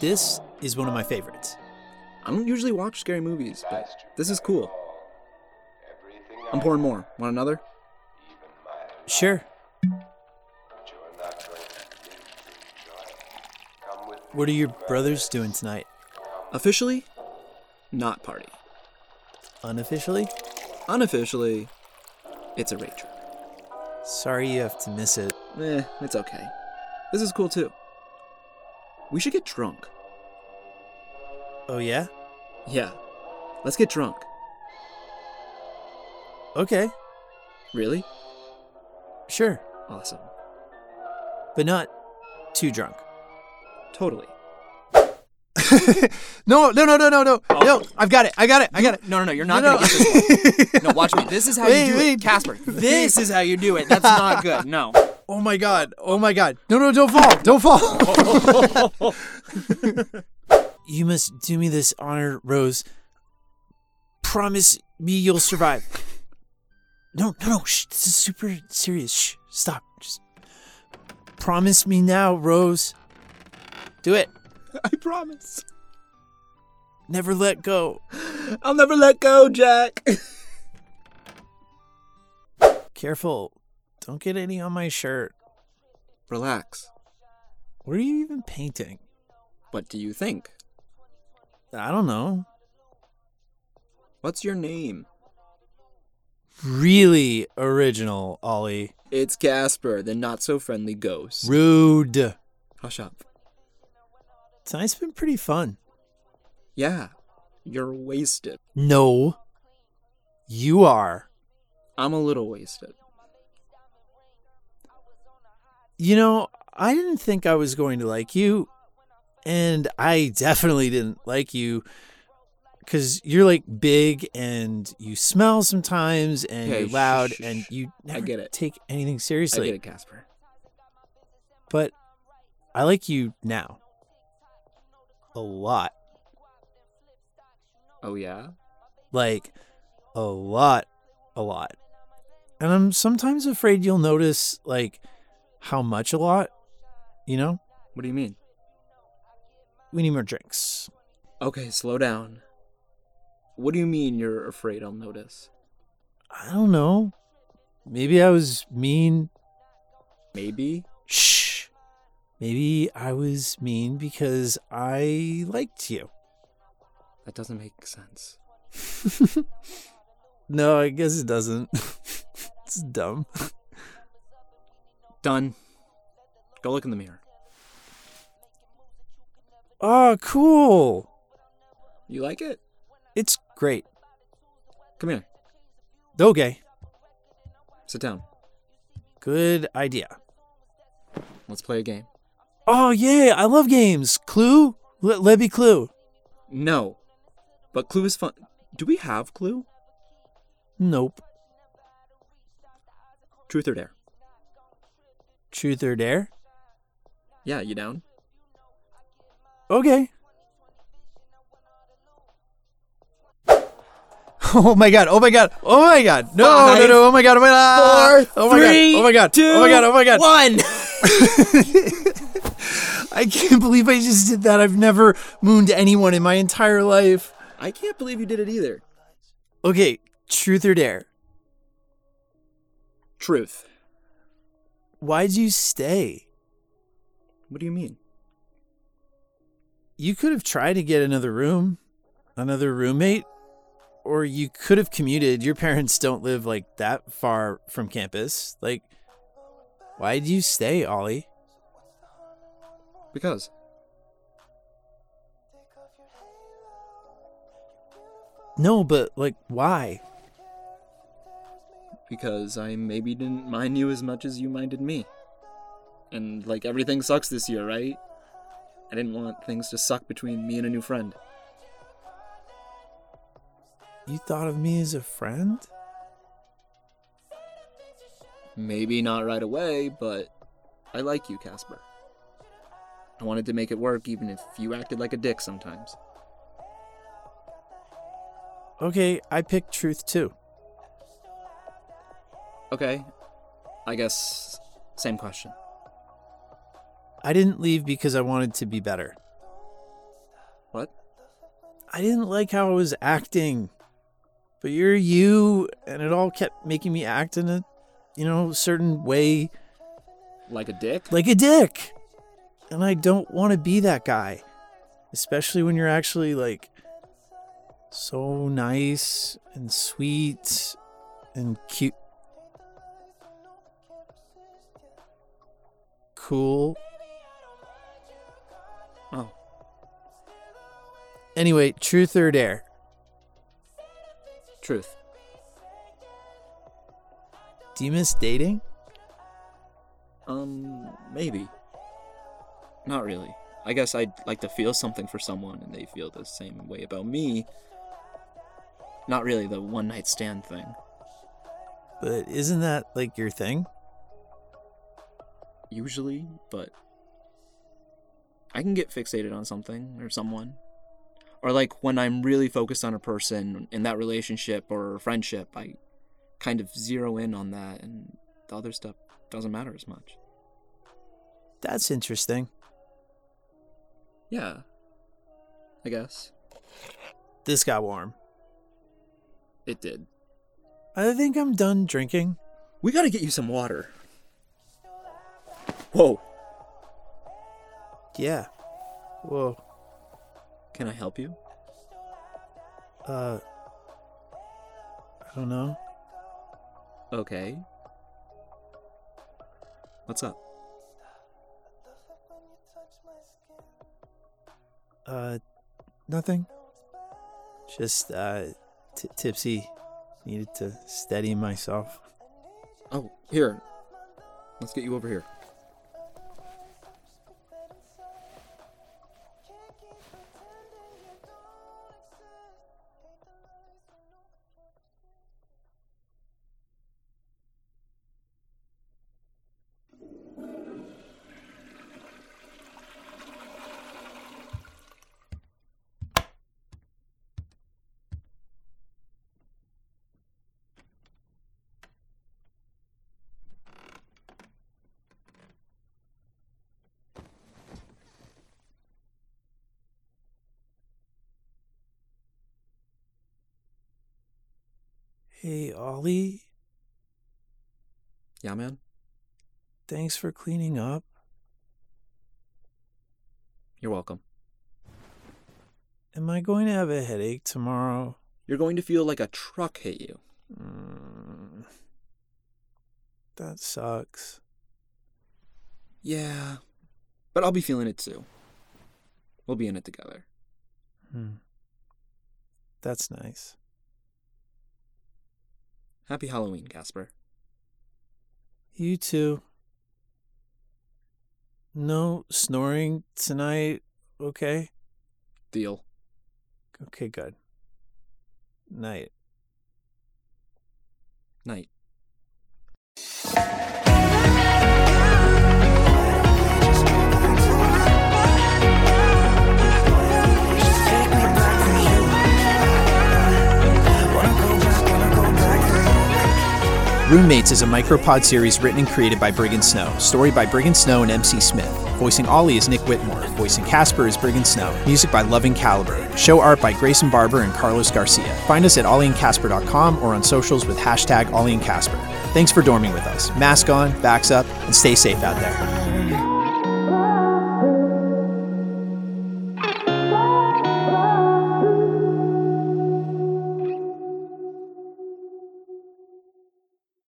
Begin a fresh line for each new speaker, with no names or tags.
This is one of my favorites.
I don't usually watch scary movies, but this is cool. I'm pouring more. Want another?
Sure. What are your brothers doing tonight?
Officially, not party.
Unofficially?
Unofficially, it's a rager.
Sorry you have to miss it.
Eh, it's okay. This is cool too. We should get drunk.
Oh, yeah?
Yeah. Let's get drunk.
Okay,
Really?
sure.
Awesome.
But not too drunk.
Totally.
No, no, no, no, no, no. No, I've got it. I got it. I got it.
No, no, no. You're not going to get this. No, watch me. This is how
Wait,
you do
wait.
it. Casper, this is how you do it. That's not good. No.
Oh my god. Oh my god. No, no, don't fall. Don't fall. you must do me this honor, Rose. Promise me you'll survive. No, no, no. Shh, this is super serious. Shh, stop. Just promise me now, Rose. Do it.
I promise.
Never let go.
I'll never let go, Jack.
Careful. Don't get any on my shirt.
Relax.
What are you even painting?
What do you think?
I don't know.
What's your name?
Really original, Ollie.
It's Casper, the not so friendly ghost.
Rude.
Hush up.
Tonight's been pretty fun.
Yeah, you're wasted.
No. You are.
I'm a little wasted.
You know, I didn't think I was going to like you. And I definitely didn't like you. Because you're like big and you smell sometimes and
Hey,
you're
shh,
loud
shh,
and
shh.
you
I
never
get it.
take anything
I
seriously.
get it, Casper.
But I like you now. A lot.
Oh yeah?
like a lot a lot and i'm sometimes afraid you'll notice like how much a lot you know
What do you mean?
we need more drinks
Okay, slow down. What do you mean you're afraid I'll notice?
i don't know maybe i was mean
Maybe?
shh maybe i was mean because i liked you
That doesn't make sense.
no i guess it doesn't it's dumb
Done. Go look in the mirror.
oh cool
You like it?
it's great
Come here.
okay
Sit down.
good idea
Let's play a game.
Oh yeah, I love games. Clue, Let let me Clue.
No. But Clue is fun. Do we have Clue?
Nope.
Truth or Dare?
Truth or Dare.
Yeah, you down?
Okay. Oh my god! Oh my god! Oh my god! No! no!
Five,
No! Oh my god! Oh my god!
Four,
oh my
three,
god! Oh my god!
two,
oh my god! Oh my god!
One!
I can't believe I just did that. I've never mooned anyone in my entire life.
I can't believe you did it either.
Okay, Truth or Dare.
Truth.
Why'd you stay?
What do you mean?
You could have tried to get another room, another roommate, or you could have commuted. Your parents don't live like that far from campus. Like, why'd you stay, Ollie?
Because.
No, but like, why?
Because I maybe didn't mind you as much as you minded me. And like everything sucks this year, right? I didn't want things to suck between me and a new friend.
You thought of me as a friend?
Maybe not right away, but I like you, Casper. I wanted to make it work even if you acted like a dick sometimes.
Okay, I picked truth too.
Okay. I guess same question.
I didn't leave because I wanted to be better. I didn't like how I was acting. But you're you, and it all kept making me act in a, you know, certain way
Like a dick?
like a dick. And I don't want to be that guy. Especially when you're actually like so nice and sweet and cute. Cool.
Oh.
Anyway, truth or dare?
Truth.
Do you miss dating?
Um, maybe. Not really. I guess I'd like to feel something for someone and they feel the same way about me. Not really the one night stand thing.
But isn't that like your thing?
Usually, but I can get fixated on something or someone. Or like when I'm really focused on a person in that relationship or friendship, I kind of zero in on that and the other stuff doesn't matter as much.
That's interesting.
Yeah. I guess.
This got warm.
It did.
I think I'm done drinking.
We gotta get you some water. Whoa.
Yeah. Whoa.
Can I help you?
Uh, I don't know.
Okay. What's up?
Uh, nothing. Just uh, t- tipsy. Needed to steady myself.
Oh, here. Let's get you over here.
Hey, Ollie.
Yeah, man.
Thanks for cleaning up.
You're welcome.
Am I going to have a headache tomorrow?
You're going to feel like a truck hit you.
Mm, that sucks.
Yeah. But I'll be feeling it too. We'll be in it together.
Hmm. That's nice.
Happy Halloween, Casper.
You too. No snoring tonight, okay?
Deal.
Okay, good. Night.
Night.
Roommates is a micropod series written and created by Brigham Snow, story by Brigham Snow and MC Smith. Voicing Ollie is Nick Whitmore, voicing Casper is Brigham Snow, music by Loving Caliber, show art by Grayson Barber and Carlos Garcia. Find us at ollieandcasper.com or on socials with hashtag Ollie and Casper. Thanks for dorming with us. Mask on, backs up, and stay safe out there.